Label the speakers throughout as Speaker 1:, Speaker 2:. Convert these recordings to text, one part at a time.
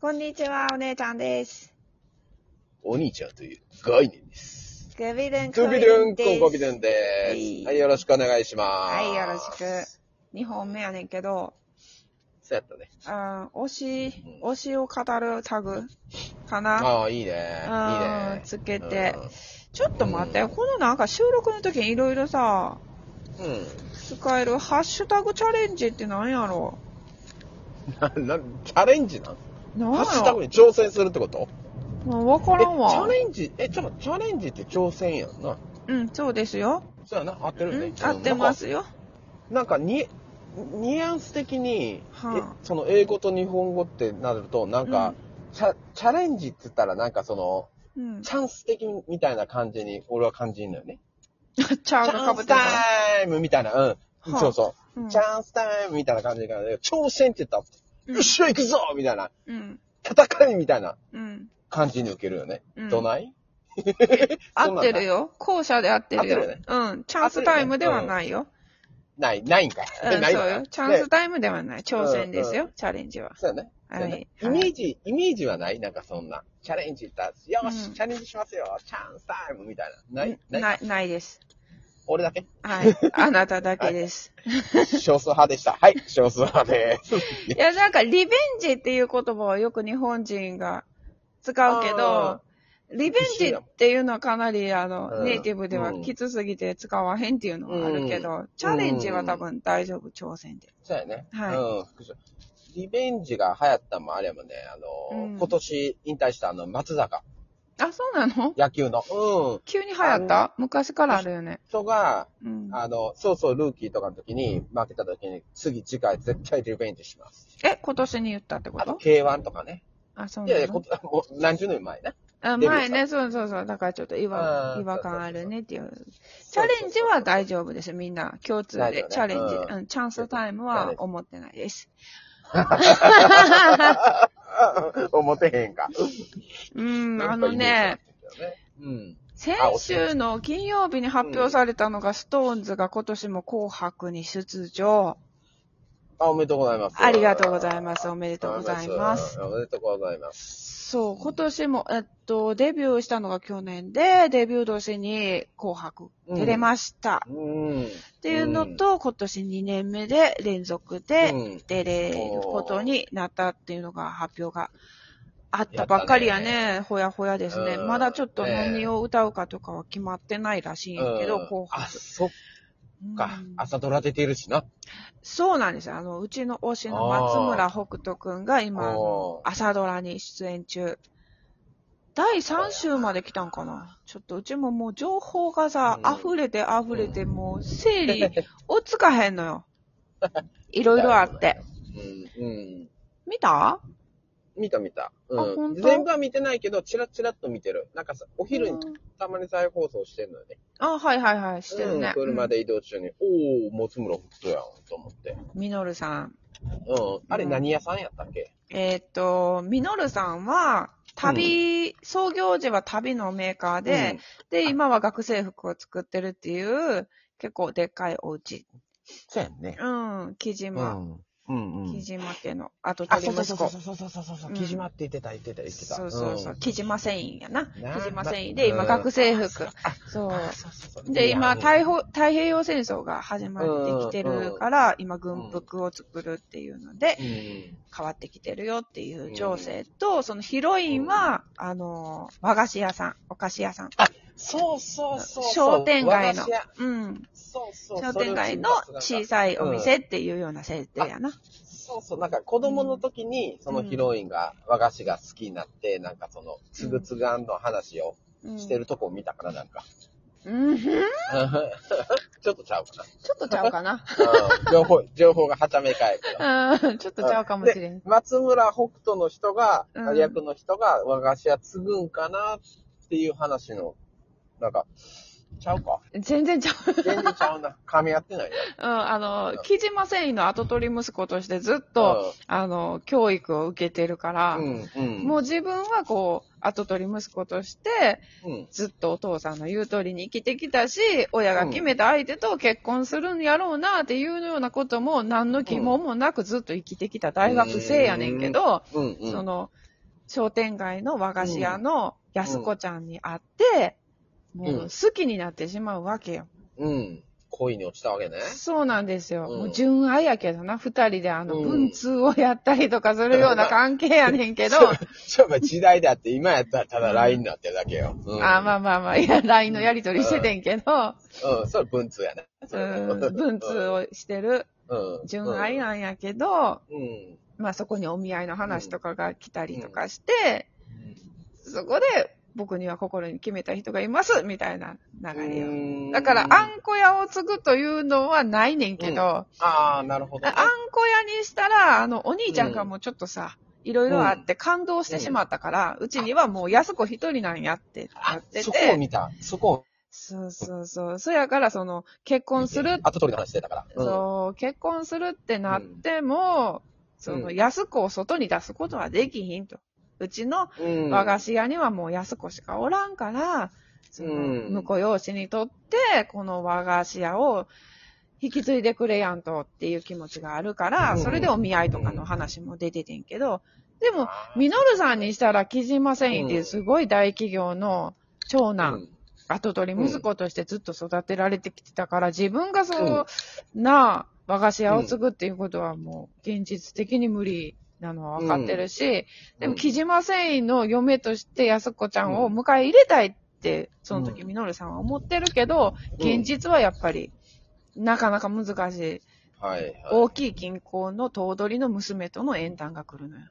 Speaker 1: こんにちは、お姉ちゃんです。
Speaker 2: お兄ちゃんという概念です。
Speaker 1: グビドゥン
Speaker 2: トゥビドゥン、コンコビドゥン
Speaker 1: は
Speaker 2: で
Speaker 1: い
Speaker 2: す。はい、よろしくお願いします。
Speaker 1: はい、よろしく。2本目やねんけど、
Speaker 2: そうやったね。
Speaker 1: あー推し、推しを語るタグかな
Speaker 2: ああ、いいね。
Speaker 1: うん
Speaker 2: いいね。
Speaker 1: つけてちょっと待って、このなんか収録の時にいろいろさ、
Speaker 2: うん。うん。
Speaker 1: 使えるハッシュタグチャレンジってなんやろ
Speaker 2: な、な、チャレンジなん
Speaker 1: なん
Speaker 2: ハ
Speaker 1: や
Speaker 2: ッシュタグ
Speaker 1: ろ
Speaker 2: に挑戦するってこと
Speaker 1: もうわか
Speaker 2: え、チ
Speaker 1: らん
Speaker 2: ャ
Speaker 1: わ。
Speaker 2: レンジ、え、ちょっと待ってチャレンジって挑戦やんな。
Speaker 1: うん、そうですよ。
Speaker 2: そうやな、合って
Speaker 1: う
Speaker 2: るよ
Speaker 1: ん
Speaker 2: ね。、
Speaker 1: 合ってますよ。
Speaker 2: なんか。なんか、に、ニュアンス的に、
Speaker 1: はあ
Speaker 2: えその英語と日本語ってなると、なんか、
Speaker 1: うん
Speaker 2: チャ、チャレンジって言ったらなんかその、
Speaker 1: うん。
Speaker 2: チャンス的みたいな感じに、俺は感じるのよね。
Speaker 1: チャ
Speaker 2: チ
Speaker 1: ール
Speaker 2: ャ
Speaker 1: か
Speaker 2: ン
Speaker 1: ぶっ
Speaker 2: ス
Speaker 1: てるか
Speaker 2: タイムみたいな、うん。
Speaker 1: はあ
Speaker 2: そうそ
Speaker 1: ら。うん
Speaker 2: う。チャンスタイムみたいな感じで、挑戦って言ったら、
Speaker 1: うん
Speaker 2: よっしゃ行くぞみたいな、
Speaker 1: うん。
Speaker 2: 戦いみたいな
Speaker 1: うん。
Speaker 2: 感じに受けるよね。
Speaker 1: うん
Speaker 2: ど ない
Speaker 1: 合っ
Speaker 2: そんなんない
Speaker 1: てるよ。後者で合ってるよ。
Speaker 2: 合ってる
Speaker 1: うん。チャンスタイムではないよ。
Speaker 2: ない、ないんかい。
Speaker 1: うん、
Speaker 2: えないん
Speaker 1: そう
Speaker 2: かい
Speaker 1: よ。チャンス
Speaker 2: ね
Speaker 1: タイムではない。挑戦ですよ、
Speaker 2: う
Speaker 1: チャレンジは。
Speaker 2: そうやね。
Speaker 1: は
Speaker 2: そうや
Speaker 1: い
Speaker 2: ね。イメージ、イメージはないなんかそんな。チャレンジだし、よし、
Speaker 1: うん
Speaker 2: チャレンジしますよ。チャンスタイムみたいな。ない、
Speaker 1: な
Speaker 2: ない。
Speaker 1: い、ないです。
Speaker 2: 俺だけ
Speaker 1: はい。 あなただけです。
Speaker 2: 少数派でした。はい、少数派です。
Speaker 1: い、や、なんか、リベンジっていう言葉をよく日本人が使うけど
Speaker 2: あ、
Speaker 1: リベンジっていうのはかなり、あ
Speaker 2: う
Speaker 1: の、
Speaker 2: ん
Speaker 1: ネイティブでは
Speaker 2: うん
Speaker 1: きつすぎて使わへんっていうのはあるけど、チャレンジは多分大丈夫、挑戦で。
Speaker 2: そうやね。
Speaker 1: はい
Speaker 2: うん、副賞リベンジが流行ったのもあればね、あの、
Speaker 1: うん
Speaker 2: 今年引退したあの、松坂、
Speaker 1: あ、そうなの
Speaker 2: 野球の、うん、
Speaker 1: 急に流行った昔からあるよね。
Speaker 2: 人が、
Speaker 1: うん。
Speaker 2: あの、そうそう、ルーキーとかの時に、負けた時に、次、次回絶対リベンジします。
Speaker 1: え、今年に言ったってこ
Speaker 2: あと、
Speaker 1: と
Speaker 2: K1 とかね。
Speaker 1: あそう
Speaker 2: い
Speaker 1: な
Speaker 2: や
Speaker 1: の
Speaker 2: いや、こと もう何十年前な。
Speaker 1: あ
Speaker 2: デビュー
Speaker 1: 前ね、そうそうそう。だからちょっと違和
Speaker 2: うん
Speaker 1: 違和感あるねっていう。チ
Speaker 2: そうそうそう
Speaker 1: ャレンジは大丈夫です。みんな共通
Speaker 2: 大丈
Speaker 1: で。
Speaker 2: 夫ね
Speaker 1: チャレンジ、
Speaker 2: うん
Speaker 1: うん。チャンスタイム
Speaker 2: チャレ
Speaker 1: は
Speaker 2: ンジ
Speaker 1: 思ってない です。
Speaker 2: 思ってへんか。
Speaker 1: うん、あ
Speaker 2: なんか
Speaker 1: の
Speaker 2: イメー
Speaker 1: ね
Speaker 2: ジ、だったけどね。
Speaker 1: 先週の金曜日に発表されたのが、ストーンズが今年も紅白に出場。
Speaker 2: うん。あ、おめでとうございます。
Speaker 1: ありがとうございます。おめでとうございます。
Speaker 2: おめでとうございます。
Speaker 1: そう、今年も、えっと、デビューしたのが去年で、デビュー年に紅白出れました。
Speaker 2: うん。っ
Speaker 1: っていうの、と、今年2年目で連続で
Speaker 2: うん
Speaker 1: 出れることになったっていうのが発表があったばっかりや
Speaker 2: や
Speaker 1: ね。ほやほやですね。
Speaker 2: うん
Speaker 1: まだちょっと
Speaker 2: ねえ
Speaker 1: 何を歌うかとかは決まってないらしいんやけど、
Speaker 2: うん
Speaker 1: 後
Speaker 2: あ、
Speaker 1: 半。
Speaker 2: そっか
Speaker 1: うん。
Speaker 2: 朝ドラ出てるしな。
Speaker 1: そうなんですよ。あの、うちの推しの松村北斗くんが今、あの
Speaker 2: おー
Speaker 1: 朝ドラに出演中。第3週まで来たんかなちょっとうちももう情報がさ、
Speaker 2: うん
Speaker 1: 溢れて溢れて、もう整理追っつかへんのよ。いろいろあって。
Speaker 2: うん、うん。
Speaker 1: 見た
Speaker 2: 見た見た。
Speaker 1: あ
Speaker 2: う
Speaker 1: 本
Speaker 2: ん。
Speaker 1: 当
Speaker 2: 全部は見てないけど、チラッチラッと見てる。なんかさ、お昼に
Speaker 1: うん
Speaker 2: たまに再放送してるのよね。
Speaker 1: あ、はいはいはい、してる
Speaker 2: う
Speaker 1: ね
Speaker 2: ん。。車で移動中に、おー、松村北斗やん、と思って。
Speaker 1: うん。みのるさん。
Speaker 2: うん。あれ何屋さんやったっけ
Speaker 1: えーっと、みのるさんは、旅、創業時は旅のメーカーで、、で、今は学生服を作ってるっていう、結構でっかいお家。
Speaker 2: そうやんね。
Speaker 1: うん、木
Speaker 2: う
Speaker 1: 島。
Speaker 2: ん。うんうん
Speaker 1: 木。島家の、あと
Speaker 2: あ、
Speaker 1: 鳥
Speaker 2: そうそう
Speaker 1: 息
Speaker 2: そう
Speaker 1: 子。
Speaker 2: そうそうそうそうう。
Speaker 1: ん
Speaker 2: 木島って言ってた、言ってた、言ってた。
Speaker 1: そうそうそう。
Speaker 2: ん。
Speaker 1: 木島繊維やな。
Speaker 2: な
Speaker 1: 木島繊維で、今
Speaker 2: うん
Speaker 1: 学生服。そう。
Speaker 2: あそうそうそう
Speaker 1: で、今、
Speaker 2: いや
Speaker 1: 太平太平洋戦争が始まってきてるから、今、軍服を作るっていうので、
Speaker 2: うん。
Speaker 1: 変わってきてるよっていう情勢と、そのヒロインは、あの、和菓子屋さん、お菓子屋さん、
Speaker 2: そうそうそうそう。
Speaker 1: 商店街の
Speaker 2: 和菓子屋、
Speaker 1: うん、
Speaker 2: そうそう。
Speaker 1: 商店街の
Speaker 2: それを
Speaker 1: 小さいお店っていうような設定やな。
Speaker 2: そうそう、なんか子供の時に、そのヒロインが和菓子が好きになって、なんかその、つぐつがんの話を
Speaker 1: うん
Speaker 2: してるとこを見たから、なんか。
Speaker 1: うんふん
Speaker 2: ちょっとちゃうか
Speaker 1: ちょっとちゃうかな。
Speaker 2: な。うん情報、情報がはちゃめかえけど。
Speaker 1: うん、ちょっとちゃうかもしれん。
Speaker 2: 松村北斗の人が、
Speaker 1: うん
Speaker 2: 役の人が和菓子屋継ぐんかなっていう話の、なんか、ちゃうか。
Speaker 1: 全然ちゃう。
Speaker 2: 全然ちゃうな。噛み合ってないな。
Speaker 1: うん、あの、木島繊維の跡取り息子としてずっと、
Speaker 2: と、
Speaker 1: あの、教育を受けてるから、
Speaker 2: うん、うん。
Speaker 1: もう自分はこう、跡取り息子として、
Speaker 2: うん、
Speaker 1: ずっとお父さんの言う通りに生きてきたし、親が決めた相手と結婚するんやろうなっていうようなことも何の疑問もなくずっと生きてきた大学生やねんけど、
Speaker 2: うん、うん。
Speaker 1: その、商店街の和菓子屋の安子ちゃんに会って、もう好きになってしまうわけよ。
Speaker 2: うん。恋に落ちたわけね。
Speaker 1: そうなんですよ。
Speaker 2: うん
Speaker 1: もう純愛やけどな、二人であの、
Speaker 2: うん
Speaker 1: 文通をやったりとかするような関係やねんけど、
Speaker 2: そういえば時代だって、今やったらただ LINE になってるだけよ。うん、
Speaker 1: あまあまあまあ、いや、LINE のやり取りしててんけど、
Speaker 2: あ。うん、それ文通やな。
Speaker 1: うん、文通をしてる
Speaker 2: うん。
Speaker 1: 純愛なんやけど、
Speaker 2: うん。
Speaker 1: まあそこにお見合いの話とかが来たりとかして、そこで僕には心に決めた人がいます、みたいな流れよ。
Speaker 2: よ
Speaker 1: だから、あんこ屋を継ぐというのはないねんけど、
Speaker 2: ああ、なるほど、ね。
Speaker 1: ああんこ屋にしたら、あの、お兄ちゃんがもうちょっとさ、いろいろあって感動してしまったから、うちにはもう安子一人なんやってな
Speaker 2: あ
Speaker 1: って
Speaker 2: そこを
Speaker 1: て、
Speaker 2: 見た。そこを
Speaker 1: そうそうそう。そやから、その、結婚する、
Speaker 2: 後取りの話してたから。うん
Speaker 1: そう、結婚するってなっても、その、
Speaker 2: うん
Speaker 1: 安子を外に出すことはできひんと。うちの
Speaker 2: うん。
Speaker 1: 和菓子屋にはもう安子しかおらんから、その
Speaker 2: うん
Speaker 1: 婿養子にとって、この和菓子屋を引き継いでくれやんとっていう気持ちがあるから、
Speaker 2: うん
Speaker 1: それでお見合いとかの話も出ててんけど、でも、みのるさんにしたら木島繊維っていうすごい大企業の長
Speaker 2: う
Speaker 1: 男、
Speaker 2: ん。
Speaker 1: 後取り息子としてずっと育てられてきてたから、自分がそうな和菓子屋を継ぐっていうことはもう現実的に無理なのは分かってるし、でも、木島繊維の嫁として安子ちゃんを迎え入れたいって、その時、
Speaker 2: うん
Speaker 1: みのるさんは思ってるけど、
Speaker 2: うん
Speaker 1: 現実はやっぱり、なかなか難しい。
Speaker 2: はい、はい。
Speaker 1: 大きい銀行の頭取の娘との縁談が来るのよ。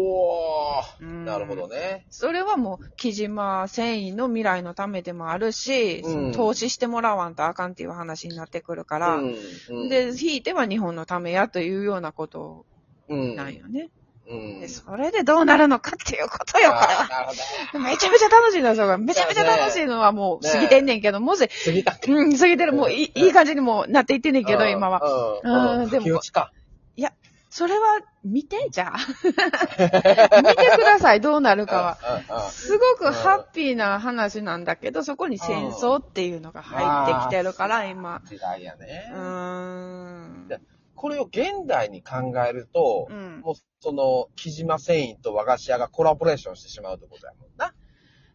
Speaker 2: おー。
Speaker 1: うん
Speaker 2: なるほど。ね。
Speaker 1: それはもう、木島繊維の未来のためでもあるし、
Speaker 2: うん
Speaker 1: その投資してもらわんとあかんっていう話になってくるから、
Speaker 2: うんうん、
Speaker 1: で、ひいては日本のためやというようなこと
Speaker 2: うん、
Speaker 1: なんよね。
Speaker 2: うん。
Speaker 1: でそれでどうなるのかっていうことよ、これは
Speaker 2: あーなるほど。
Speaker 1: めちゃめちゃ楽しいんだよ、めちゃめちゃ楽しいのはもう過ぎてんねんけど、もし、
Speaker 2: 過 ぎた。
Speaker 1: うん、過ぎてる、もういいいい感じにもうなっていってんねんけど、今は。
Speaker 2: は
Speaker 1: うん
Speaker 2: うん。
Speaker 1: でも
Speaker 2: 気持ちか。
Speaker 1: それは見て、じゃ あ。見てください、どうなるか
Speaker 2: うんうんうん
Speaker 1: は。すごくハッピーな話なんだけど、そこに戦争っていうのが入ってきてるから、今。
Speaker 2: 時代や
Speaker 1: う
Speaker 2: ね。
Speaker 1: ーん。
Speaker 2: これを現代に考えると、
Speaker 1: うん。
Speaker 2: もうその、木島繊維と和菓子屋がコラボレーションしてしまうってことやもんな。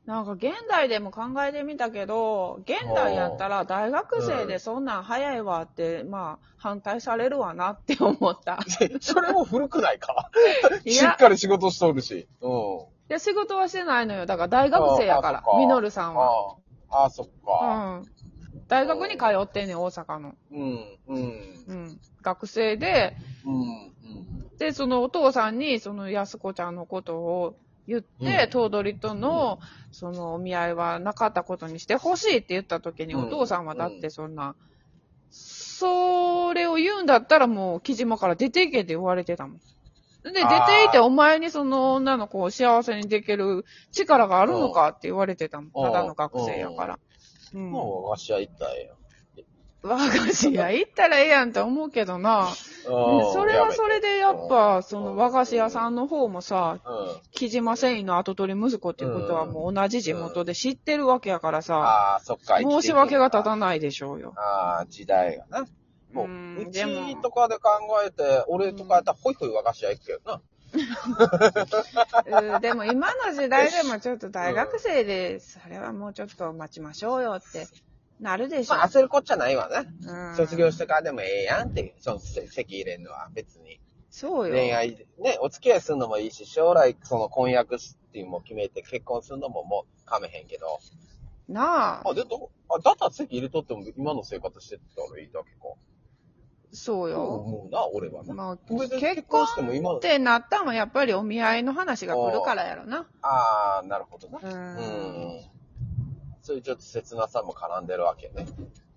Speaker 1: なんか現代でも考えてみたけど、現代やったら大学生でそんなん早いわって、まあ反対されるわなって思った。
Speaker 2: それも古くないか
Speaker 1: いや
Speaker 2: しっかり仕事しとるし。うん。
Speaker 1: いや、仕事はしてないのよ。だから大学生やか
Speaker 2: あ
Speaker 1: ら
Speaker 2: そっ、か
Speaker 1: みのるさんは。
Speaker 2: ああ、ああそっか。
Speaker 1: うん。大学に通ってんねん、大阪の。
Speaker 2: うん、うん、
Speaker 1: うん。学生で、
Speaker 2: うん、うん。
Speaker 1: で、そのお父さんに、その安子ちゃんのことを言って、
Speaker 2: うん
Speaker 1: 頭取との、そのお見合いはなかったことにしてほしいって言った時に、
Speaker 2: うん
Speaker 1: お父さんはだってそんな、それを言うんだったらもう、木島から出ていけって言われてたもん。で、出ていて、
Speaker 2: あー
Speaker 1: お前にその女の子を幸せにできる力があるのかって言われてたもん。
Speaker 2: うん
Speaker 1: ただの学生やから。うん。
Speaker 2: もう和菓子屋行ったらええよ。
Speaker 1: 我が子屋行ったらええやんって思うけどな。
Speaker 2: うん
Speaker 1: それはそれでやっぱ、そ
Speaker 2: うん
Speaker 1: の和菓子屋さんの方もさ、
Speaker 2: うん。
Speaker 1: 木島繊維の後取り息子っていうことはもう同じ地元で知ってるわけやからさ、
Speaker 2: ああ、そっか。
Speaker 1: 申し訳が立
Speaker 2: ん。
Speaker 1: たないでしょうよ。
Speaker 2: ああ、時代がな。もう、
Speaker 1: うん
Speaker 2: う
Speaker 1: で
Speaker 2: ち
Speaker 1: も
Speaker 2: とかで考えて、俺とかやったらホイホイ和菓子屋行くけどな。
Speaker 1: うんでも今の時代でもちょっと大学生で、それはもうちょっと待ちましょうよってなるでしょ
Speaker 2: まあ、。焦るこっちゃないわな。
Speaker 1: うん
Speaker 2: 卒業してからでもええやんっていう、そのせ席入れんのは別に。
Speaker 1: そうよ。
Speaker 2: 恋愛、ね、お付き合いするのもいいし、将来、その婚約っていうのも決めて結婚するのももうかめへんけど。
Speaker 1: なあ、
Speaker 2: あ、で、ど、あ、だったら席入れとっても今の生活してたらいいだけか。
Speaker 1: そう
Speaker 2: そう
Speaker 1: よ。
Speaker 2: 思うな、俺はな。
Speaker 1: まあ、
Speaker 2: 別に
Speaker 1: 結婚
Speaker 2: しても今
Speaker 1: っ
Speaker 2: の。
Speaker 1: てなったんはやっぱりお見合いの話が来るからやろな。
Speaker 2: ああ、なるほどな。
Speaker 1: うん。
Speaker 2: うんそういうちょっと切なさも絡んでるわけね。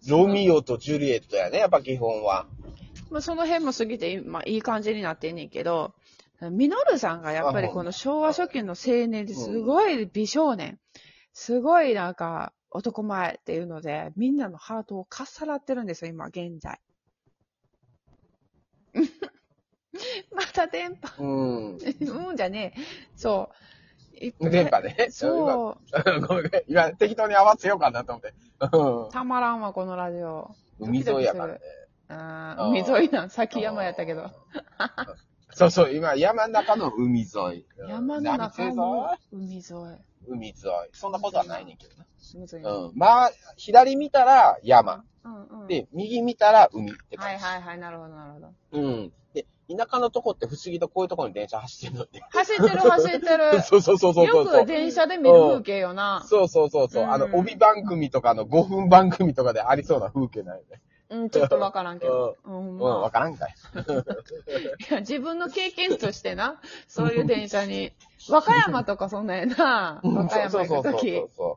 Speaker 2: ロミオとジュリエットやね、やっぱ基本は。
Speaker 1: まあ、その辺も過ぎて、まあ、いい感じになってんねんけど、ミノルさんがやっぱりこの昭和初期の青年ですごい美少年、すごいなんか男前っていうので、みんなのハートをかっさらってるんですよ、今現在。 また電波、
Speaker 2: うん。
Speaker 1: うんじゃ ねえ。そう。いっぱい
Speaker 2: 電波ね。
Speaker 1: そう。
Speaker 2: う。 ごめんごめん。今、適当に合わせようかなと思って。う
Speaker 1: たまらんわ、このラジオ。
Speaker 2: ん。海沿いやからね。
Speaker 1: あー海沿いなん、先山やったけど。
Speaker 2: そうそう、今、山の中の海沿い。うん
Speaker 1: 山の中の
Speaker 2: 何
Speaker 1: 海沿い。
Speaker 2: せぞ海沿い。そんなことはないねんけど
Speaker 1: 海沿い。
Speaker 2: な。うん。まあ、左見たら山。
Speaker 1: うんうん。
Speaker 2: で、右見たら海って
Speaker 1: はい
Speaker 2: 感じ。
Speaker 1: はいはい、なるほどなるほど。
Speaker 2: うん。で、田舎のとこって不思議とこういうとこに電車走ってるのね。
Speaker 1: 走ってる走ってる。
Speaker 2: そうそうそうそうそう。
Speaker 1: よく電車で見る風景よな。
Speaker 2: そうそうそうそう、あの
Speaker 1: う、ん
Speaker 2: 帯番組とかの5分番組とかでありそうな風景なんよね。
Speaker 1: うん、ちょっとわからんけど。うん、
Speaker 2: うん、
Speaker 1: ま
Speaker 2: わ
Speaker 1: あ、
Speaker 2: からんかい。
Speaker 1: いや自分の経験としてな、そういう電車 に。和歌山とかそんなんやな。和歌山行くとき
Speaker 2: そう。そうそ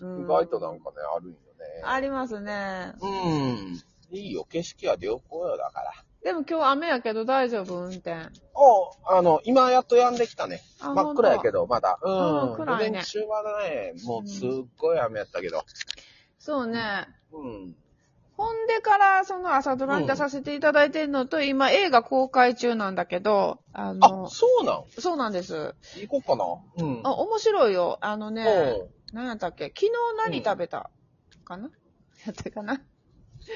Speaker 2: うそう。うん。
Speaker 1: 意
Speaker 2: 意外となんかね、あるんよ
Speaker 1: ありますね。
Speaker 2: ね。うん。いいよ、景色は良好よ、だから。
Speaker 1: でも今日雨やけど大丈夫運転。
Speaker 2: おあの、今やっと止んできたね。
Speaker 1: あ
Speaker 2: 真っ暗やけ
Speaker 1: ど。
Speaker 2: ど、まだ。うん。
Speaker 1: うん暗いね
Speaker 2: 午前中はね、もうすっごい雨やったけど。
Speaker 1: そうね。
Speaker 2: うん。
Speaker 1: ほんでから、その朝ドラに出させていただいてるのと、今映画公開中なんだけど、あ
Speaker 2: あ、
Speaker 1: の、
Speaker 2: そうなん
Speaker 1: そうなんです。
Speaker 2: 行こうかな。うん。
Speaker 1: あ、面白いよ。あのね、
Speaker 2: おう
Speaker 1: 何やったっけ昨日何食べたかな、やったかな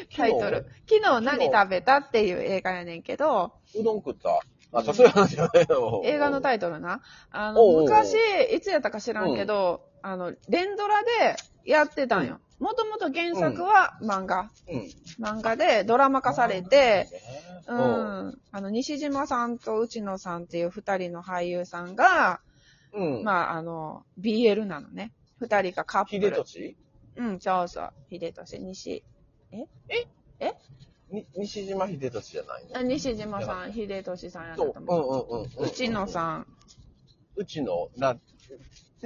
Speaker 2: 日
Speaker 1: タイトル。昨日何食べたっていう映画やねんけど、
Speaker 2: うどん食った。あ、さすがなんじゃないの
Speaker 1: 映画のタイトルな。あの、
Speaker 2: おうおうおう
Speaker 1: 昔、いつやったか知らんけど、あの、連ドラでやってたんよ。もともと原作は漫画。
Speaker 2: うん。
Speaker 1: 漫画でドラマ化されて、う
Speaker 2: うん。
Speaker 1: ん。あの、西島さんと内野さんっていう二人の俳優さんが、
Speaker 2: うん。あ、
Speaker 1: まあ、あの、BL なのね。二人がカップ
Speaker 2: ヒデ
Speaker 1: ル
Speaker 2: ト。チ
Speaker 1: うん、そうそう。秀俊、西。
Speaker 2: に西島秀俊じゃない
Speaker 1: あ
Speaker 2: の
Speaker 1: 西島さん、秀俊さんやった
Speaker 2: そう
Speaker 1: と。思う。
Speaker 2: うんうんうんうん。
Speaker 1: 内野
Speaker 2: ん。
Speaker 1: さん。
Speaker 2: うちの、な、
Speaker 1: う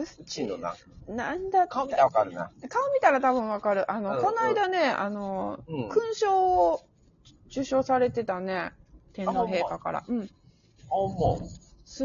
Speaker 2: うちの。な。
Speaker 1: なんだ
Speaker 2: 顔見たらわかるな。
Speaker 1: 顔見たら多分わかる。あ
Speaker 2: うん
Speaker 1: の、
Speaker 2: うん
Speaker 1: この間ね、あの、
Speaker 2: うん。あ、
Speaker 1: 勲章を受賞されてたね。天皇陛下から。うん。
Speaker 2: もう。